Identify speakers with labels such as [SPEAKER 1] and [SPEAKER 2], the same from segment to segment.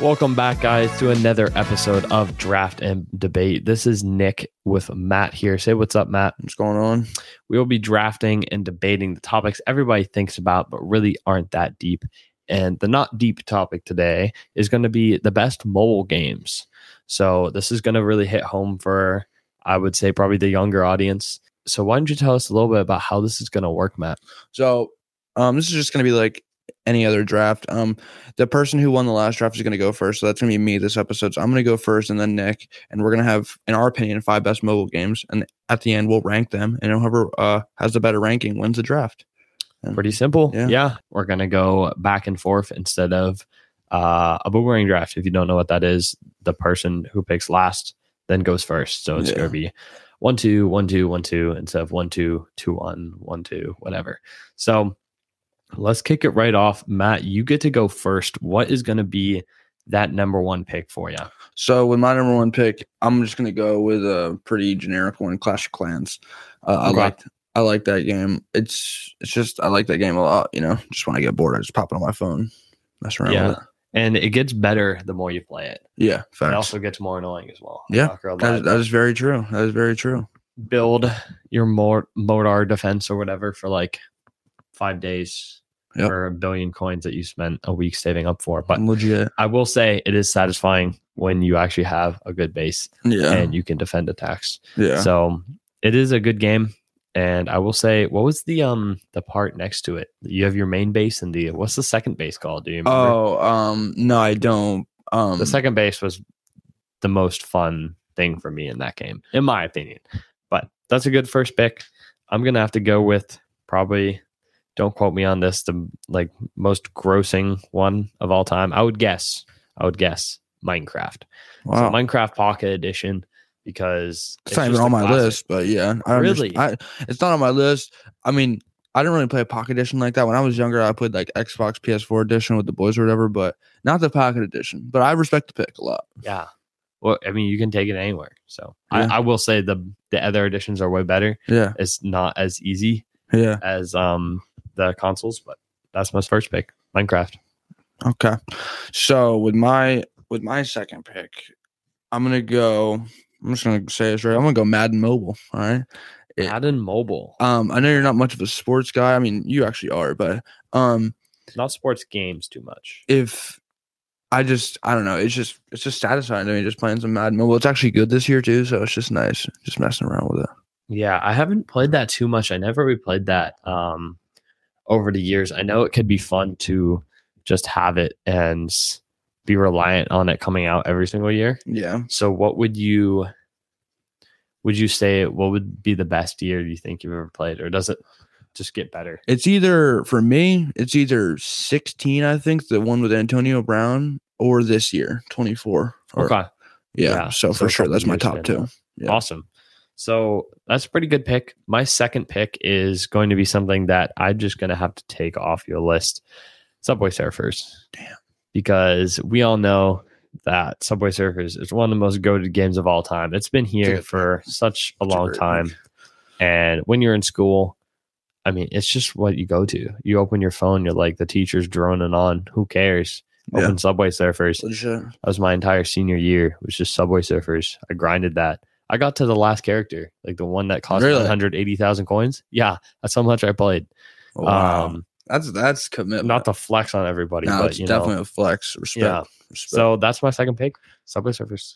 [SPEAKER 1] Welcome back, guys, to another episode of Draft and Debate. This is Nick with Matt here. Say what's up, Matt.
[SPEAKER 2] What's going on?
[SPEAKER 1] We will be drafting and debating the topics everybody thinks about, but really aren't that deep. And the not deep topic today is going to be the best mobile games. So this is going to really hit home for, I would say, probably the younger audience. So why don't you tell us a little bit about how this is going to work, Matt?
[SPEAKER 2] So, um, this is just going to be like any other draft. Um, the person who won the last draft is going to go first. So that's going to be me this episode. So I'm going to go first and then Nick. And we're going to have, in our opinion, five best mobile games. And at the end, we'll rank them. And whoever uh, has the better ranking wins the draft.
[SPEAKER 1] Mm-hmm. Pretty simple.
[SPEAKER 2] Yeah.
[SPEAKER 1] We're going to go back and forth instead of uh, a boomerang draft. If you don't know what that is, the person who picks last then goes first. So it's
[SPEAKER 2] Yeah.
[SPEAKER 1] going to be one, two, one, two, one, two, instead of one, two, two, one, one, two, whatever. So let's kick it right off. Matt, you get to go first. What is going to be that number one pick for you?
[SPEAKER 2] So with my number one pick, I'm just gonna go with a pretty generic one, Clash of Clans. Uh,
[SPEAKER 1] Okay.
[SPEAKER 2] I like I like that game. It's it's just I like that game a lot. You know, just when I get bored, I just pop it on my phone, mess around
[SPEAKER 1] Yeah.
[SPEAKER 2] with it.
[SPEAKER 1] And it gets better the more you play it.
[SPEAKER 2] Yeah,
[SPEAKER 1] It
[SPEAKER 2] facts.
[SPEAKER 1] also gets more annoying as well.
[SPEAKER 2] Yeah.
[SPEAKER 1] Not gonna
[SPEAKER 2] that,
[SPEAKER 1] lie.
[SPEAKER 2] is, that is very true. That is very true.
[SPEAKER 1] build your Mor- Modar defense or whatever for like five days
[SPEAKER 2] Yep. Mm.
[SPEAKER 1] for a billion coins that you spent a week saving up for. But
[SPEAKER 2] legit.
[SPEAKER 1] I will say it is satisfying when you actually have a good base
[SPEAKER 2] Yeah,
[SPEAKER 1] and you can defend attacks.
[SPEAKER 2] yeah.
[SPEAKER 1] So it is a good game. And I will say, what was the um the part next to it? You have your main base and the what's the second base called? Do you remember?
[SPEAKER 2] oh, um, no, I don't. Um,
[SPEAKER 1] the second base was the most fun thing for me in that game, in my opinion. But that's a good first pick. I'm gonna have to go with probably. Don't quote me on this. The like most grossing one of all time. I would guess. I would guess Minecraft.
[SPEAKER 2] wow.
[SPEAKER 1] So Minecraft Pocket Edition because
[SPEAKER 2] it's not
[SPEAKER 1] just
[SPEAKER 2] even
[SPEAKER 1] a
[SPEAKER 2] on my
[SPEAKER 1] classic.
[SPEAKER 2] list, but yeah, I under-
[SPEAKER 1] Really?
[SPEAKER 2] I, it's not on my list. I mean, I didn't really play Pocket Edition like that when I was younger. I played like Xbox PS4 Edition with the boys or whatever, but not the Pocket Edition. But I respect the pick a lot.
[SPEAKER 1] Yeah. Well, I mean, you can take it anywhere. So
[SPEAKER 2] Yeah.
[SPEAKER 1] I, I will say the the other editions are way better.
[SPEAKER 2] Yeah,
[SPEAKER 1] It's not as easy
[SPEAKER 2] yeah,
[SPEAKER 1] as um the consoles, but that's my first pick, Minecraft.
[SPEAKER 2] okay. So with my with my second pick, I'm gonna go. I'm just gonna say this right. I'm gonna go Madden Mobile. All right. Yeah.
[SPEAKER 1] Madden Mobile,
[SPEAKER 2] Um, I know you're not much of a sports guy. I mean, you actually are, but um,
[SPEAKER 1] not sports games too much.
[SPEAKER 2] if I just I don't know, it's just it's just satisfying to me just playing some Madden Mobile. It's actually good this year too, so it's just nice just messing around with it.
[SPEAKER 1] Yeah, I haven't played that too much. I never really played that um over the years. I know it could be fun to just have it and s- be reliant on it coming out every single year.
[SPEAKER 2] Yeah.
[SPEAKER 1] So what would you would you say what would be the best year you think you've ever played or does it just get better?
[SPEAKER 2] It's either for me, it's either sixteen, I think, the one with Antonio Brown, or this year, twenty four.
[SPEAKER 1] Okay.
[SPEAKER 2] Yeah.
[SPEAKER 1] yeah,
[SPEAKER 2] So,
[SPEAKER 1] so
[SPEAKER 2] for
[SPEAKER 1] a
[SPEAKER 2] sure,
[SPEAKER 1] couple
[SPEAKER 2] that's my
[SPEAKER 1] years
[SPEAKER 2] top
[SPEAKER 1] in,
[SPEAKER 2] two. Yeah.
[SPEAKER 1] Awesome. So that's a pretty good pick. My second pick is going to be something that I'm just going to have to take off your list Subway Surfers.
[SPEAKER 2] Damn.
[SPEAKER 1] Because we all know that Subway Surfers is one of the most goaded games of all time. It's been
[SPEAKER 2] a
[SPEAKER 1] here
[SPEAKER 2] good
[SPEAKER 1] for such a
[SPEAKER 2] It's a
[SPEAKER 1] long
[SPEAKER 2] great
[SPEAKER 1] time.
[SPEAKER 2] pick.
[SPEAKER 1] And when you're in school, I mean, it's just what you go to. You open your phone, you're like, the teacher's droning on. Who cares?
[SPEAKER 2] Yeah.
[SPEAKER 1] Open Subway Surfers.
[SPEAKER 2] Legit.
[SPEAKER 1] That was my entire senior year, was just Subway Surfers. I grinded that. I got to the last character, like the one that cost
[SPEAKER 2] Really?
[SPEAKER 1] 180,000 coins. Yeah, that's how much I played.
[SPEAKER 2] Wow.
[SPEAKER 1] Um,
[SPEAKER 2] that's that's commitment.
[SPEAKER 1] not the flex on everybody,
[SPEAKER 2] no,
[SPEAKER 1] but
[SPEAKER 2] it's
[SPEAKER 1] you
[SPEAKER 2] definitely
[SPEAKER 1] know.
[SPEAKER 2] a flex. Respect.
[SPEAKER 1] Yeah.
[SPEAKER 2] Respect.
[SPEAKER 1] So that's my second pick, Subway Surfers.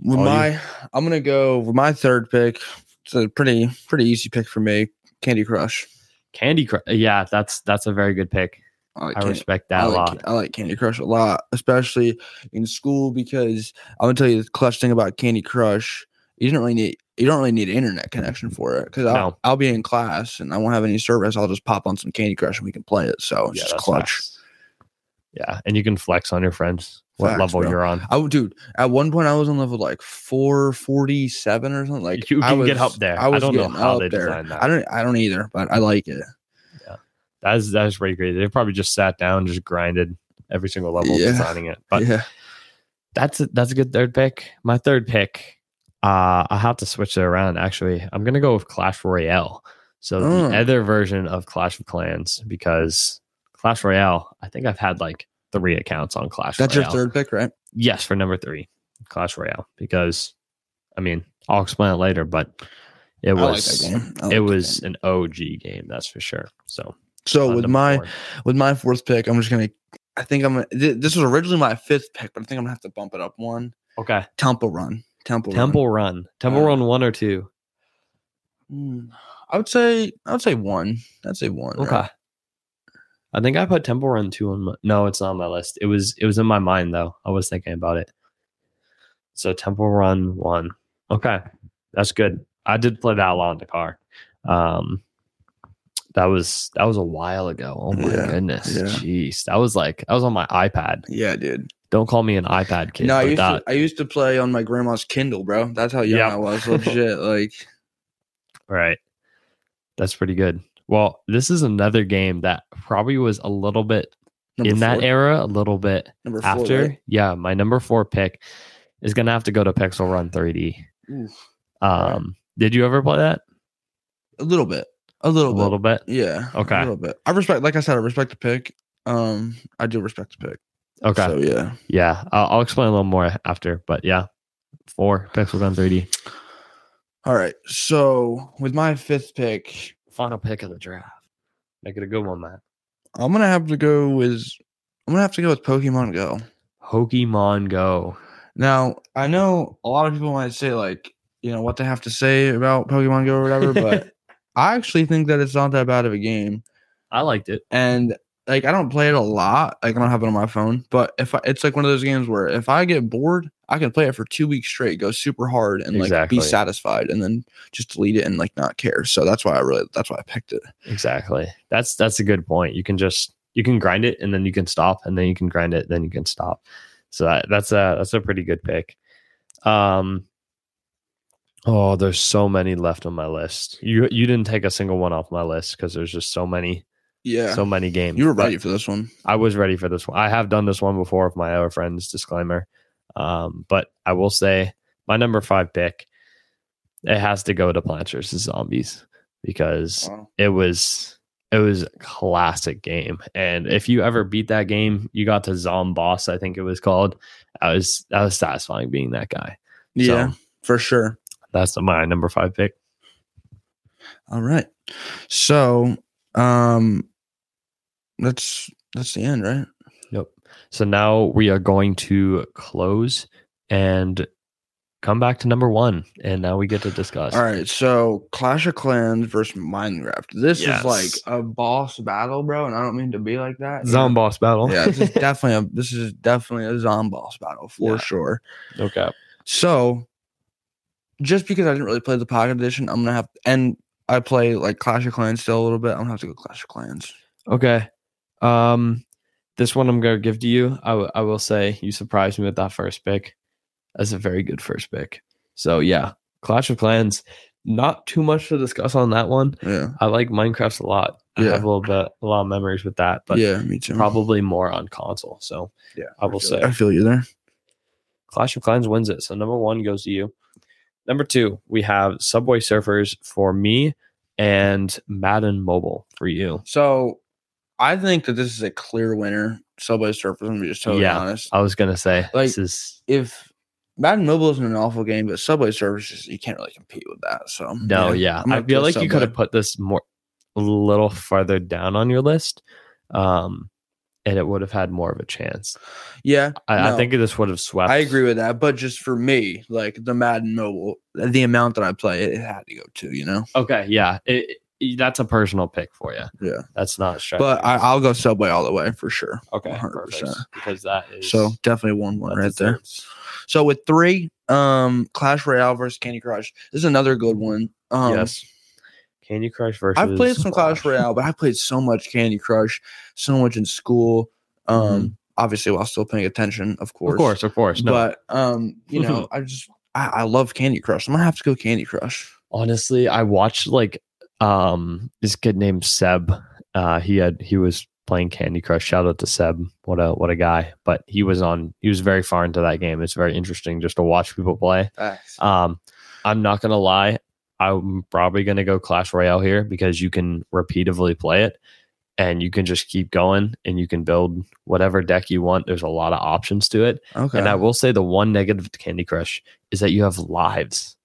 [SPEAKER 2] With
[SPEAKER 1] All you.
[SPEAKER 2] my, I'm gonna go with my third pick. It's a pretty pretty easy pick for me. Candy Crush.
[SPEAKER 1] Candy Crush. Yeah, that's that's a very good pick.
[SPEAKER 2] I, like
[SPEAKER 1] I
[SPEAKER 2] Candy-
[SPEAKER 1] respect that
[SPEAKER 2] I
[SPEAKER 1] a
[SPEAKER 2] like,
[SPEAKER 1] lot.
[SPEAKER 2] I like Candy Crush a lot, especially in school because I'm gonna tell you the clutch thing about Candy Crush. You don't really need you don't really need an internet connection for it because I'll,
[SPEAKER 1] No.
[SPEAKER 2] I'll be in class and I won't have any service. I'll just pop on some Candy Crush and we can play it. So it's
[SPEAKER 1] Yeah,
[SPEAKER 2] just
[SPEAKER 1] that's
[SPEAKER 2] clutch.
[SPEAKER 1] facts. Yeah, and you can flex on your friends what
[SPEAKER 2] Facts,
[SPEAKER 1] level
[SPEAKER 2] bro.
[SPEAKER 1] you're on.
[SPEAKER 2] I would, dude. At one point, I was on level like four forty seven or something. Like
[SPEAKER 1] You
[SPEAKER 2] I
[SPEAKER 1] can get
[SPEAKER 2] was-
[SPEAKER 1] up there. I
[SPEAKER 2] was
[SPEAKER 1] don't know
[SPEAKER 2] getting
[SPEAKER 1] how
[SPEAKER 2] up
[SPEAKER 1] they
[SPEAKER 2] there.
[SPEAKER 1] designed that.
[SPEAKER 2] I don't. I don't either, but I like it.
[SPEAKER 1] That's that's pretty great. They probably just sat down, just grinded every single level,
[SPEAKER 2] Yeah.
[SPEAKER 1] designing it. But
[SPEAKER 2] yeah,
[SPEAKER 1] that's a, that's a good third pick. My third pick, uh, I have to switch it around. Actually, I'm gonna go with Clash Royale. So
[SPEAKER 2] Mm.
[SPEAKER 1] the other version of Clash of Clans because Clash Royale, I think I've had like three accounts on Clash
[SPEAKER 2] That's your
[SPEAKER 1] Royale.
[SPEAKER 2] third pick, right?
[SPEAKER 1] Yes, for number three, Clash Royale, because I mean, I'll explain it later, but it
[SPEAKER 2] I like
[SPEAKER 1] was
[SPEAKER 2] that game. I like
[SPEAKER 1] it
[SPEAKER 2] that
[SPEAKER 1] was
[SPEAKER 2] game.
[SPEAKER 1] an OG game, that's for sure. So
[SPEAKER 2] so
[SPEAKER 1] on
[SPEAKER 2] with
[SPEAKER 1] number
[SPEAKER 2] my
[SPEAKER 1] four.
[SPEAKER 2] with my fourth pick. I'm just gonna. I think I'm. gonna th- This was originally my fifth pick, but I think I'm gonna have to bump it up one.
[SPEAKER 1] okay
[SPEAKER 2] Temple Run. Temple.
[SPEAKER 1] Temple Run, Temple
[SPEAKER 2] Uh,
[SPEAKER 1] Run one or two.
[SPEAKER 2] Run. Hmm. I would say. I would say one. I'd say one. right?
[SPEAKER 1] Okay, I think I put Temple Run two on. My, no, it's not on my list. It was it was in my mind though. I was thinking about it. So Temple Run one. Okay, that's good. I did play that a lot in the car. Um, that was that was a while ago. Oh my
[SPEAKER 2] Yeah,
[SPEAKER 1] goodness,
[SPEAKER 2] yeah.
[SPEAKER 1] jeez, that was like that was on my iPad.
[SPEAKER 2] Yeah, dude.
[SPEAKER 1] Don't call me an iPad kid.
[SPEAKER 2] no, I
[SPEAKER 1] but
[SPEAKER 2] used
[SPEAKER 1] that,
[SPEAKER 2] to. I used to play on my grandma's Kindle, bro. That's how young
[SPEAKER 1] Yep.
[SPEAKER 2] I was. Legit, like.
[SPEAKER 1] Right. That's pretty good. Well, this is another game that probably was a little bit
[SPEAKER 2] Number
[SPEAKER 1] in that
[SPEAKER 2] four-
[SPEAKER 1] era, a little bit
[SPEAKER 2] number four,
[SPEAKER 1] after.
[SPEAKER 2] right?
[SPEAKER 1] Yeah, my number four pick is gonna have to go to Pixel Run 3D.
[SPEAKER 2] Oof.
[SPEAKER 1] Um, did you ever play that?
[SPEAKER 2] a little bit, a
[SPEAKER 1] A
[SPEAKER 2] little bit,
[SPEAKER 1] little bit.
[SPEAKER 2] yeah,
[SPEAKER 1] Okay.
[SPEAKER 2] a little bit. I respect, like I said, I respect the pick. Um, I do respect the pick.
[SPEAKER 1] Okay.
[SPEAKER 2] So yeah,
[SPEAKER 1] yeah, I'll, I'll explain a little more after. But yeah, four Pixel Run 3D.
[SPEAKER 2] all right. So with my fifth pick,
[SPEAKER 1] Final pick of the draft. Make it a good one, Matt.
[SPEAKER 2] I'm gonna have to go with I'm gonna have to go with Pokemon Go.
[SPEAKER 1] Pokemon Go.
[SPEAKER 2] Now I know a lot of people might say like you know what they have to say about Pokemon Go or whatever, but I actually think that it's not that bad of a game.
[SPEAKER 1] I liked it.
[SPEAKER 2] And like I don't play it a lot, like I don't have it on my phone, but if I, it's like one of those games where if I get bored, I can play it for two weeks straight, go super hard, and like
[SPEAKER 1] Exactly.
[SPEAKER 2] be satisfied, and then just delete it and like not care. So that's why I really that's why I picked it.
[SPEAKER 1] Exactly. That's that's a good point. You can just you can grind it and then you can stop and then you can grind it then you can stop. So that, that's a that's a pretty good pick. Um Oh, there's so many left on my list. You you didn't take a single one off my list because there's just so many
[SPEAKER 2] Yeah,
[SPEAKER 1] so many games.
[SPEAKER 2] you were
[SPEAKER 1] But
[SPEAKER 2] ready for this one.
[SPEAKER 1] I was ready for this one. I have done this one before with my other friends. Disclaimer, um, but I will say my number five pick. It has to go to Plants vs Zombies because it was it was a classic game and if you ever beat that game you got to zom boss i think it was called i was that was satisfying being that guy
[SPEAKER 2] Yeah, for sure.
[SPEAKER 1] that's my number five pick
[SPEAKER 2] All right. So, um, that's that's the end, right?
[SPEAKER 1] so now we are going to close and come back to number one and now we get to discuss
[SPEAKER 2] All right. So, Clash of Clans versus Minecraft. This
[SPEAKER 1] Yes.
[SPEAKER 2] is like a boss battle, bro, and I don't mean to be like that. you know?
[SPEAKER 1] zom boss battle
[SPEAKER 2] Yeah, this is definitely a this is definitely a zombie boss battle for
[SPEAKER 1] Yeah.
[SPEAKER 2] sure.
[SPEAKER 1] okay
[SPEAKER 2] So, just because I didn't really play the pocket edition, I'm gonna have and I play like Clash of Clans still a little bit. I'm gonna have to go Clash of Clans.
[SPEAKER 1] okay um this one i'm gonna give to you i, w- I will say you surprised me with that first pick that's a very good first pick so yeah clash of clans not too much to discuss on that one
[SPEAKER 2] Yeah,
[SPEAKER 1] i like minecraft a lot i
[SPEAKER 2] Yeah.
[SPEAKER 1] have a little bit a lot of memories with that but
[SPEAKER 2] yeah, me too.
[SPEAKER 1] probably more on console so
[SPEAKER 2] Yeah,
[SPEAKER 1] i will say
[SPEAKER 2] I feel you there.
[SPEAKER 1] clash of clans wins it so number one goes to you number two we have subway surfers for me and madden mobile for you
[SPEAKER 2] So I think that this is a clear winner. Subway Surfers, I'm gonna be just totally
[SPEAKER 1] Yeah.
[SPEAKER 2] honest.
[SPEAKER 1] i was gonna say
[SPEAKER 2] Like-
[SPEAKER 1] this is
[SPEAKER 2] If Madden Mobile isn't an awful game, but Subway Surfers, just- you can't really compete with that. So
[SPEAKER 1] No, yeah.
[SPEAKER 2] I'm gonna
[SPEAKER 1] I feel
[SPEAKER 2] go
[SPEAKER 1] like you could have
[SPEAKER 2] Subway.
[SPEAKER 1] put this more a little farther down on your list. Um and it would have had more of a chance.
[SPEAKER 2] Yeah,
[SPEAKER 1] I, I
[SPEAKER 2] No.
[SPEAKER 1] think this would have swept.
[SPEAKER 2] I agree with that. But just for me, like the Madden Mobile, the amount that I play, it had to go to you know.
[SPEAKER 1] Okay, yeah. It, it- that's a personal pick for you.
[SPEAKER 2] Yeah.
[SPEAKER 1] That's not straight.
[SPEAKER 2] But I, I'll go Subway all the way for sure.
[SPEAKER 1] okay,
[SPEAKER 2] 100%.
[SPEAKER 1] perfect. Because that is
[SPEAKER 2] So definitely one
[SPEAKER 1] that
[SPEAKER 2] one right there.
[SPEAKER 1] deserves-
[SPEAKER 2] So with three, um, Clash Royale versus Candy Crush. This is another good one. Um,
[SPEAKER 1] yes. Candy Crush versus
[SPEAKER 2] I've played some Clash Royale, but I played so much Candy Crush, so much in school. Um, obviously while still paying attention, of course.
[SPEAKER 1] Mm-hmm. Of course, of course. No.
[SPEAKER 2] But um, you know, I just I, I love Candy Crush. I'm gonna have to go Candy Crush.
[SPEAKER 1] honestly i watched like um this kid named seb uh he had he was playing candy crush shout out to seb what a what a guy but he was on he was very far into that game it's very interesting just to watch people play um i'm not gonna lie i'm probably gonna go clash royale here because you can repeatedly play it and you can just keep going and you can build whatever deck you want. There's a lot of options to it.
[SPEAKER 2] Okay.
[SPEAKER 1] And I will say the one negative to Candy Crush is that you have lives.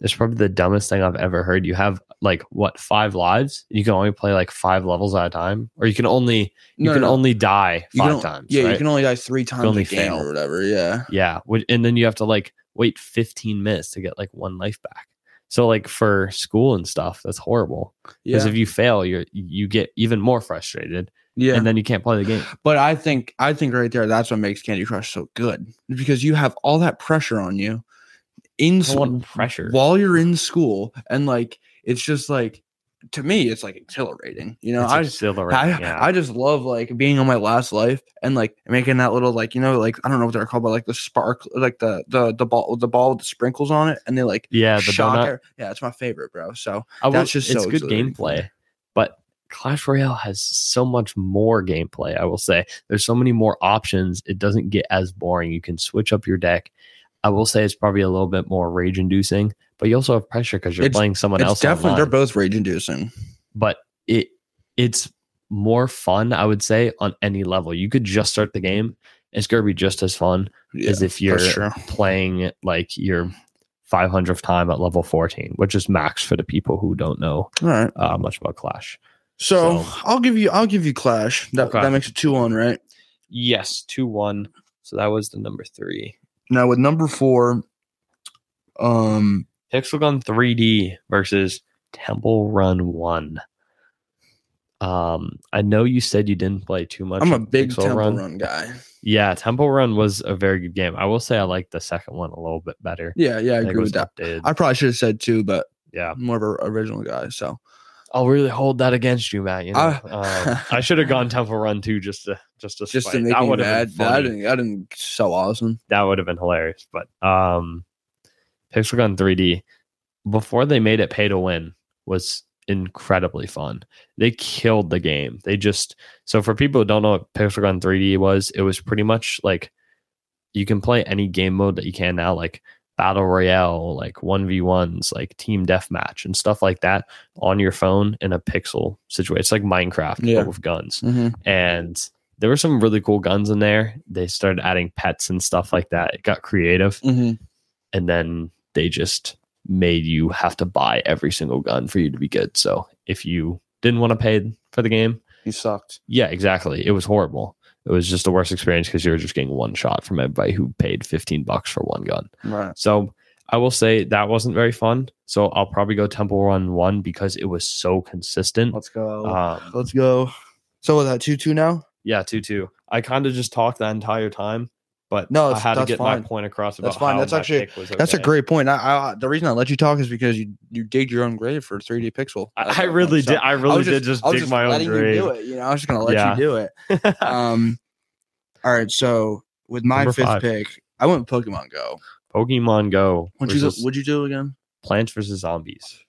[SPEAKER 1] It's probably the dumbest thing I've ever heard. You have like what five lives? You can only play like five levels at a time, or you can only you
[SPEAKER 2] No,
[SPEAKER 1] can
[SPEAKER 2] no, no.
[SPEAKER 1] only die
[SPEAKER 2] You can
[SPEAKER 1] five
[SPEAKER 2] on-
[SPEAKER 1] times.
[SPEAKER 2] Yeah,
[SPEAKER 1] right?
[SPEAKER 2] you can only die three times
[SPEAKER 1] only
[SPEAKER 2] a game
[SPEAKER 1] fail.
[SPEAKER 2] or whatever. Yeah.
[SPEAKER 1] Yeah. which- And then you have to like wait 15 minutes to get like one life back. So like for school and stuff, that's horrible. Because
[SPEAKER 2] Yeah.
[SPEAKER 1] if you fail, you are you get even more frustrated
[SPEAKER 2] yeah.
[SPEAKER 1] and then you can't play the game.
[SPEAKER 2] but I think I think right there that's what makes Candy Crush so good because you have all that pressure on you in
[SPEAKER 1] I
[SPEAKER 2] school
[SPEAKER 1] want pressure.
[SPEAKER 2] while you're in school and like it's just like to me it's like exhilarating. You know,
[SPEAKER 1] It's
[SPEAKER 2] I just
[SPEAKER 1] exhilarating.
[SPEAKER 2] I,
[SPEAKER 1] yeah.
[SPEAKER 2] I just love like being on my last life and like making that little like you know like I don't know what they're called but like the spark like the the the ball the ball with the sprinkles on it and they like
[SPEAKER 1] yeah, the
[SPEAKER 2] shock
[SPEAKER 1] donut.
[SPEAKER 2] it. yeah it's my favorite bro so
[SPEAKER 1] I will-
[SPEAKER 2] that's just
[SPEAKER 1] it's
[SPEAKER 2] so
[SPEAKER 1] good
[SPEAKER 2] exhilarating.
[SPEAKER 1] gameplay, but Clash Royale has so much more gameplay. I will say there's so many more options. It doesn't get as boring. You can switch up your deck. I will say it's probably a little bit more rage inducing, but you also have pressure because you're
[SPEAKER 2] It's-
[SPEAKER 1] playing someone
[SPEAKER 2] it's
[SPEAKER 1] else.
[SPEAKER 2] definitely
[SPEAKER 1] online.
[SPEAKER 2] they're both rage inducing
[SPEAKER 1] but it it's more fun, I would say, on any level. You could just start the game. It's gonna be just as fun
[SPEAKER 2] yeah,
[SPEAKER 1] as if you're
[SPEAKER 2] that's true.
[SPEAKER 1] playing like your 500th time at level 14, which is max for the people who don't know
[SPEAKER 2] all right
[SPEAKER 1] uh, much about Clash.
[SPEAKER 2] so,
[SPEAKER 1] So-
[SPEAKER 2] I'll give you I'll give you Clash that
[SPEAKER 1] Okay.
[SPEAKER 2] that makes it two one right
[SPEAKER 1] Yes, two one. So that was the number three.
[SPEAKER 2] now with number four um
[SPEAKER 1] Pixel Gun 3D versus Temple Run One. Um, I know you said you didn't play too much.
[SPEAKER 2] I'm a
[SPEAKER 1] of
[SPEAKER 2] big
[SPEAKER 1] Pixel
[SPEAKER 2] temple run. guy
[SPEAKER 1] Yeah, Temple Run was a very good game. I will say I like the second one a little bit better.
[SPEAKER 2] yeah yeah I,
[SPEAKER 1] think it
[SPEAKER 2] agree
[SPEAKER 1] was
[SPEAKER 2] with that
[SPEAKER 1] updated.
[SPEAKER 2] I probably should have said two but
[SPEAKER 1] yeah,
[SPEAKER 2] I'm more of a original guy so
[SPEAKER 1] I'll really hold that against you, Matt. You know,
[SPEAKER 2] I-
[SPEAKER 1] Um, I should have gone Temple Run two just to just to
[SPEAKER 2] just to
[SPEAKER 1] spite.
[SPEAKER 2] make
[SPEAKER 1] that
[SPEAKER 2] me
[SPEAKER 1] would have
[SPEAKER 2] mad.
[SPEAKER 1] been
[SPEAKER 2] That
[SPEAKER 1] funny.
[SPEAKER 2] didn't, that didn't so awesome.
[SPEAKER 1] that would have been hilarious. But um Pixel Gun 3D, before they made it pay to win, was incredibly fun. They killed the game. They just so for people who don't know what Pixel Gun 3D was, it was pretty much like you can play any game mode that you can now, like battle royale, like 1v1s, like team deathmatch and stuff like that on your phone in a pixel situation. It's like Minecraft
[SPEAKER 2] Yeah.
[SPEAKER 1] but with guns
[SPEAKER 2] Mm-hmm,
[SPEAKER 1] and there were some really cool guns in there. They started adding pets and stuff like that. It got creative,
[SPEAKER 2] mm-hmm.
[SPEAKER 1] and then they just made you have to buy every single gun for you to be good. So if you didn't want to pay for the game,
[SPEAKER 2] He sucked.
[SPEAKER 1] yeah, exactly. It was horrible. It was just the worst experience because you were just getting one shot from everybody who paid 15 bucks for one gun.
[SPEAKER 2] Right.
[SPEAKER 1] So I will say that wasn't very fun. So I'll probably go Temple Run 1 because it was so consistent.
[SPEAKER 2] Let's go.
[SPEAKER 1] Um,
[SPEAKER 2] Let's go. So was that two two now?
[SPEAKER 1] Yeah, two two. I kind of just talked the entire time, but
[SPEAKER 2] No,
[SPEAKER 1] no, I
[SPEAKER 2] it's-
[SPEAKER 1] had to
[SPEAKER 2] that's
[SPEAKER 1] get
[SPEAKER 2] fine.
[SPEAKER 1] my point across about
[SPEAKER 2] That's fine.
[SPEAKER 1] how
[SPEAKER 2] That's
[SPEAKER 1] my
[SPEAKER 2] actually-
[SPEAKER 1] pick was
[SPEAKER 2] That's a
[SPEAKER 1] okay.
[SPEAKER 2] great point. I, I the reason I let you talk is because you you dig your own grave for 3D pixel. That's
[SPEAKER 1] I, I
[SPEAKER 2] what I'm
[SPEAKER 1] really did.
[SPEAKER 2] saying.
[SPEAKER 1] I
[SPEAKER 2] I
[SPEAKER 1] really
[SPEAKER 2] was
[SPEAKER 1] did just
[SPEAKER 2] I was
[SPEAKER 1] dig my own
[SPEAKER 2] letting You do
[SPEAKER 1] grave.
[SPEAKER 2] it. You know, I was just gonna let
[SPEAKER 1] Yeah.
[SPEAKER 2] you do it. Um. all right. So with my
[SPEAKER 1] Number
[SPEAKER 2] fifth
[SPEAKER 1] five.
[SPEAKER 2] pick, I went Pokemon Go.
[SPEAKER 1] Pokemon Go
[SPEAKER 2] What'd you do,
[SPEAKER 1] versus
[SPEAKER 2] What'd you do again?
[SPEAKER 1] Plants vs Zombies.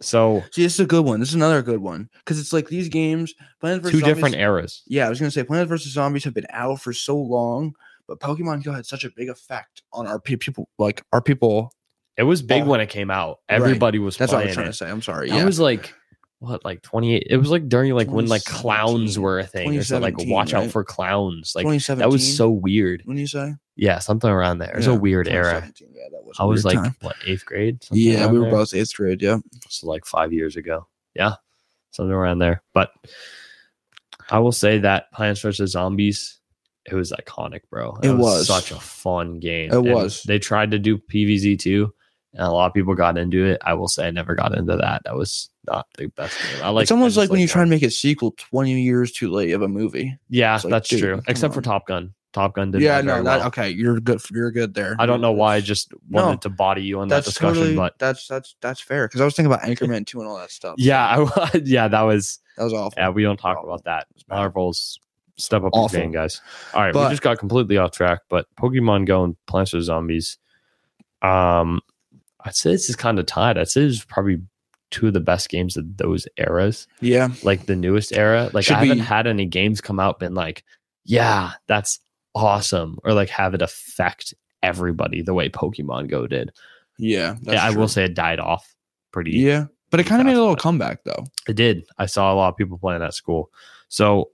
[SPEAKER 1] So
[SPEAKER 2] See, this is a good one. This is another good one because it's like these games. Plants
[SPEAKER 1] two
[SPEAKER 2] vs. Zombies-
[SPEAKER 1] different eras.
[SPEAKER 2] Yeah, I was gonna say Plants vs Zombies have been out for so long, but Pokemon Go had such a big effect on our pe- people. Like our people.
[SPEAKER 1] It was big
[SPEAKER 2] Oh.
[SPEAKER 1] when it came out.
[SPEAKER 2] Right.
[SPEAKER 1] Everybody was
[SPEAKER 2] That's what I
[SPEAKER 1] playing
[SPEAKER 2] was trying to
[SPEAKER 1] it.
[SPEAKER 2] say. I'm sorry.
[SPEAKER 1] It
[SPEAKER 2] Yeah,
[SPEAKER 1] was like what, like twenty eight? It was like during like when like
[SPEAKER 2] 2017,
[SPEAKER 1] clowns were a thing. Or something, like
[SPEAKER 2] 2017,
[SPEAKER 1] watch out
[SPEAKER 2] right?
[SPEAKER 1] for clowns. Like
[SPEAKER 2] 2017.
[SPEAKER 1] that was so weird.
[SPEAKER 2] When you say
[SPEAKER 1] Yeah, something around there. It was
[SPEAKER 2] Yeah,
[SPEAKER 1] a weird era.
[SPEAKER 2] 2017, Yeah, that was. a
[SPEAKER 1] I was
[SPEAKER 2] weird
[SPEAKER 1] like
[SPEAKER 2] time.
[SPEAKER 1] what eighth grade? Something
[SPEAKER 2] Yeah,
[SPEAKER 1] around
[SPEAKER 2] we were
[SPEAKER 1] there?
[SPEAKER 2] both eighth grade. Yeah.
[SPEAKER 1] so like five years ago. Yeah, something around there. But I will say that Plants vs Zombies, it was iconic, bro.
[SPEAKER 2] It was.
[SPEAKER 1] such a fun game.
[SPEAKER 2] It was.
[SPEAKER 1] They tried to do PVZ too, and a lot of people got into it. I will say I never got into that. That was not the best game. I like.
[SPEAKER 2] it's almost
[SPEAKER 1] I
[SPEAKER 2] like
[SPEAKER 1] just
[SPEAKER 2] when you try
[SPEAKER 1] that.
[SPEAKER 2] and make a sequel 20 years too late of a movie.
[SPEAKER 1] Yeah,
[SPEAKER 2] it's like,
[SPEAKER 1] that's
[SPEAKER 2] dude,
[SPEAKER 1] true.
[SPEAKER 2] come
[SPEAKER 1] Except for
[SPEAKER 2] on.
[SPEAKER 1] Top Gun. Top Gun did.
[SPEAKER 2] yeah,
[SPEAKER 1] not
[SPEAKER 2] no,
[SPEAKER 1] very
[SPEAKER 2] that,
[SPEAKER 1] well.
[SPEAKER 2] okay, you're good. You're good there.
[SPEAKER 1] I don't know why. I just
[SPEAKER 2] No.
[SPEAKER 1] wanted to body you on that discussion,
[SPEAKER 2] totally-
[SPEAKER 1] but
[SPEAKER 2] that's that's that's fair because I was thinking about Anchorman 2 and all that stuff.
[SPEAKER 1] yeah, I, yeah, that was
[SPEAKER 2] that was awful.
[SPEAKER 1] Yeah, we don't talk
[SPEAKER 2] Awful.
[SPEAKER 1] about that.
[SPEAKER 2] It's bad.
[SPEAKER 1] Marvel's step up
[SPEAKER 2] Awful.
[SPEAKER 1] your game, guys. All right, we
[SPEAKER 2] But-
[SPEAKER 1] just got completely off track, but Pokemon Go and Plants vs Zombies. Um, I'd say this is kind of tied. I'd say this is probably two of the best games of those eras,
[SPEAKER 2] Yeah,
[SPEAKER 1] like the newest era. Like
[SPEAKER 2] Should
[SPEAKER 1] I haven't
[SPEAKER 2] we-
[SPEAKER 1] had any games come out been like, yeah, that's awesome, or like have it affect everybody the way Pokemon Go did.
[SPEAKER 2] yeah, that's
[SPEAKER 1] Yeah, I
[SPEAKER 2] true.
[SPEAKER 1] will say it died off pretty
[SPEAKER 2] Yeah, But it kind of
[SPEAKER 1] Exactly.
[SPEAKER 2] made a little comeback though.
[SPEAKER 1] It did. I saw a lot of people playing at school. So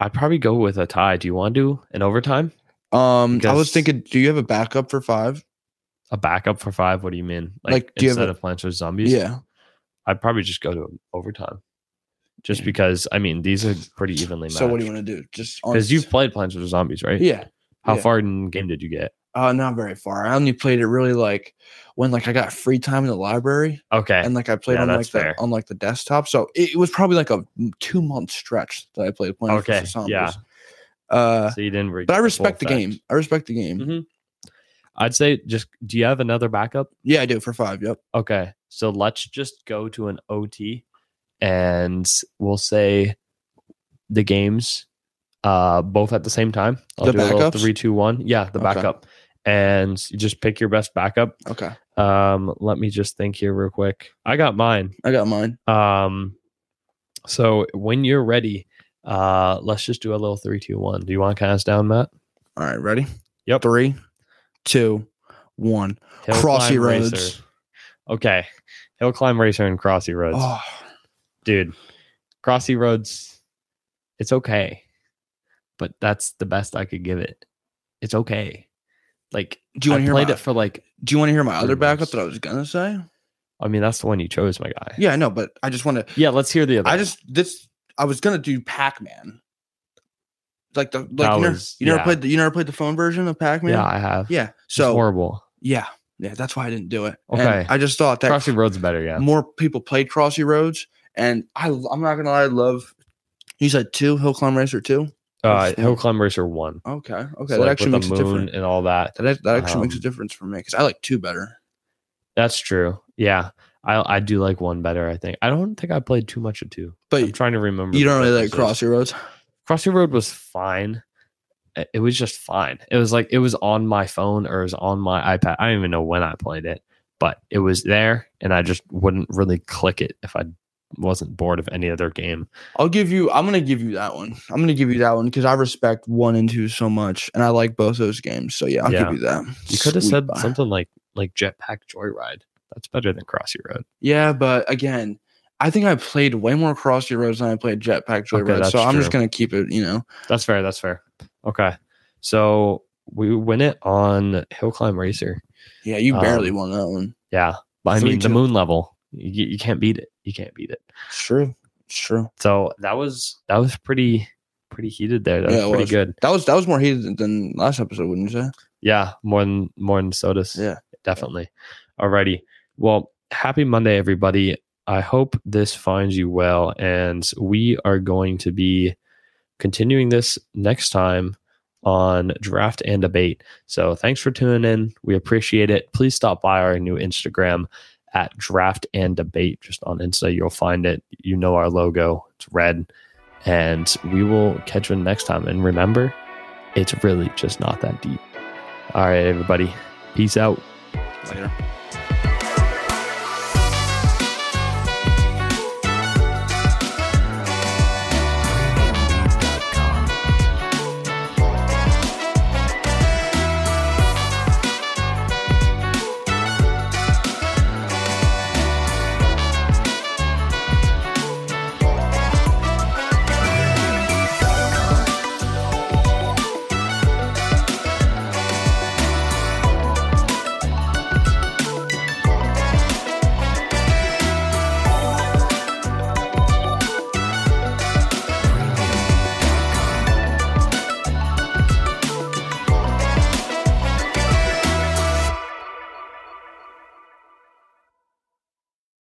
[SPEAKER 1] I'd probably go with a tie. Do you want to do an overtime?
[SPEAKER 2] Um, I was
[SPEAKER 1] Because-
[SPEAKER 2] thinking, do you have a backup for five?
[SPEAKER 1] A backup for five? What do you mean?
[SPEAKER 2] Like, do you have
[SPEAKER 1] instead
[SPEAKER 2] a-
[SPEAKER 1] of Plants vs. Zombies?
[SPEAKER 2] Yeah,
[SPEAKER 1] I'd probably just go to overtime. Just
[SPEAKER 2] Yeah.
[SPEAKER 1] because I mean these are pretty evenly matched.
[SPEAKER 2] So what do you want to do? Just on-
[SPEAKER 1] Because you've played Plants vs. Zombies, right?
[SPEAKER 2] yeah,
[SPEAKER 1] How
[SPEAKER 2] yeah.
[SPEAKER 1] far in the game did you get?
[SPEAKER 2] uh, not very far. I only played it really like when like I got free time in the library
[SPEAKER 1] Okay.
[SPEAKER 2] and like I played
[SPEAKER 1] Yeah,
[SPEAKER 2] on like
[SPEAKER 1] that's fair.
[SPEAKER 2] the on like the desktop. So it, it was probably like a two month stretch that I played playing
[SPEAKER 1] Okay, yeah.
[SPEAKER 2] Uh,
[SPEAKER 1] so you didn't read
[SPEAKER 2] but I respect the game. I respect the game.
[SPEAKER 1] Mhm. I'd say just do you have another backup?
[SPEAKER 2] Yeah, I do for five. Yep.
[SPEAKER 1] Okay. So let's just go to an OT and we'll say the games uh both at the same time. I'll
[SPEAKER 2] The
[SPEAKER 1] do a little
[SPEAKER 2] backups?
[SPEAKER 1] three, two, one. Yeah, the
[SPEAKER 2] Okay.
[SPEAKER 1] backup. And you just pick your best backup.
[SPEAKER 2] Okay,
[SPEAKER 1] Um, let me just think here real quick. I got mine.
[SPEAKER 2] I got mine.
[SPEAKER 1] Um so when you're ready, uh let's just do a little three, two, one. Do you want to count us down, Matt?
[SPEAKER 2] All right, ready?
[SPEAKER 1] Yep.
[SPEAKER 2] Three, two, one.
[SPEAKER 1] Hill
[SPEAKER 2] Crossy
[SPEAKER 1] Climb
[SPEAKER 2] roads.
[SPEAKER 1] Racer. Okay. Hill climb racer and crossy roads.
[SPEAKER 2] Oh,
[SPEAKER 1] dude, Crossy Roads, it's okay, but that's the best I could give it. It's okay. Like
[SPEAKER 2] do you
[SPEAKER 1] I
[SPEAKER 2] want to hear
[SPEAKER 1] played
[SPEAKER 2] my,
[SPEAKER 1] it for like.
[SPEAKER 2] Do you want to hear my
[SPEAKER 1] Three
[SPEAKER 2] other backup
[SPEAKER 1] months.
[SPEAKER 2] that I was gonna say?
[SPEAKER 1] I mean, that's the one you chose, my guy.
[SPEAKER 2] Yeah, I know, but I just want to.
[SPEAKER 1] Yeah, let's hear the other.
[SPEAKER 2] I just this. I was gonna do Pac Man. Like the like
[SPEAKER 1] That
[SPEAKER 2] you, never,
[SPEAKER 1] was-
[SPEAKER 2] you never
[SPEAKER 1] yeah.
[SPEAKER 2] played the, you never played the phone version of Pac Man.
[SPEAKER 1] yeah, I have.
[SPEAKER 2] Yeah.
[SPEAKER 1] It's
[SPEAKER 2] So
[SPEAKER 1] horrible.
[SPEAKER 2] yeah, yeah. That's why I didn't do it. And
[SPEAKER 1] Okay.
[SPEAKER 2] I just thought that
[SPEAKER 1] Crossy Roads better. Yeah.
[SPEAKER 2] more people played Crossy Roads, and I I'm not gonna lie, I love. You said two Hill Climb Racer two.
[SPEAKER 1] Uh,
[SPEAKER 2] Crossy
[SPEAKER 1] Hill
[SPEAKER 2] Roads.
[SPEAKER 1] Climb Racer One.
[SPEAKER 2] Okay, okay,
[SPEAKER 1] So,
[SPEAKER 2] that
[SPEAKER 1] like, with
[SPEAKER 2] actually makes a
[SPEAKER 1] the moon
[SPEAKER 2] difference.
[SPEAKER 1] and all that.
[SPEAKER 2] That act- that actually makes a
[SPEAKER 1] um,
[SPEAKER 2] difference for me because I like two better.
[SPEAKER 1] That's true. Yeah, I I do like one better. I think I don't think I played too much of two. I'm
[SPEAKER 2] But
[SPEAKER 1] trying to remember.
[SPEAKER 2] you
[SPEAKER 1] the
[SPEAKER 2] don't really like
[SPEAKER 1] differences.
[SPEAKER 2] Crossy Roads.
[SPEAKER 1] Crossy Road was fine. It it was just fine. It was like it was on my phone or it was on my iPad. I don't even know when I played it, but it was there, and I just wouldn't really click it if I wasn't bored of any other game.
[SPEAKER 2] I'll give you. I'm gonna give you that one. I'm gonna give you that one because I respect one and two so much, and I like both those games. So yeah, I'll
[SPEAKER 1] Yeah.
[SPEAKER 2] give you that.
[SPEAKER 1] You could have
[SPEAKER 2] Sweet
[SPEAKER 1] said
[SPEAKER 2] bye.
[SPEAKER 1] something like like Jetpack Joyride. That's better than Crossy Road.
[SPEAKER 2] Yeah, but again, I think I played way more Crossy Roads than I played Jetpack Joyride.
[SPEAKER 1] that's
[SPEAKER 2] so I'm just
[SPEAKER 1] true.
[SPEAKER 2] gonna keep it. You know,
[SPEAKER 1] That's fair. That's fair. Okay, so we win it on Hill Climb Racer.
[SPEAKER 2] yeah, you
[SPEAKER 1] Um,
[SPEAKER 2] barely won that one.
[SPEAKER 1] Yeah, but I mean the
[SPEAKER 2] 3-2.
[SPEAKER 1] moon level. You, you can't beat it. You can't beat it.
[SPEAKER 2] It's true. It's true.
[SPEAKER 1] So that was that was pretty pretty heated there. That
[SPEAKER 2] Yeah,
[SPEAKER 1] was
[SPEAKER 2] it
[SPEAKER 1] pretty
[SPEAKER 2] was.
[SPEAKER 1] good.
[SPEAKER 2] That was that was more heated than last episode, wouldn't you say?
[SPEAKER 1] Yeah, more than more than sodas.
[SPEAKER 2] Yeah.
[SPEAKER 1] Definitely. Alrighty. Well, happy Monday, everybody. I hope this finds you well. And we are going to be continuing this next time on draft and debate. So thanks for tuning in. We appreciate it. Please stop by our new Instagram at draft and debate. Just on Insta, you'll find it. You know our logo. It's red. And we will catch you next time. And remember, it's really just not that deep. All right, everybody. Peace out.
[SPEAKER 2] Later.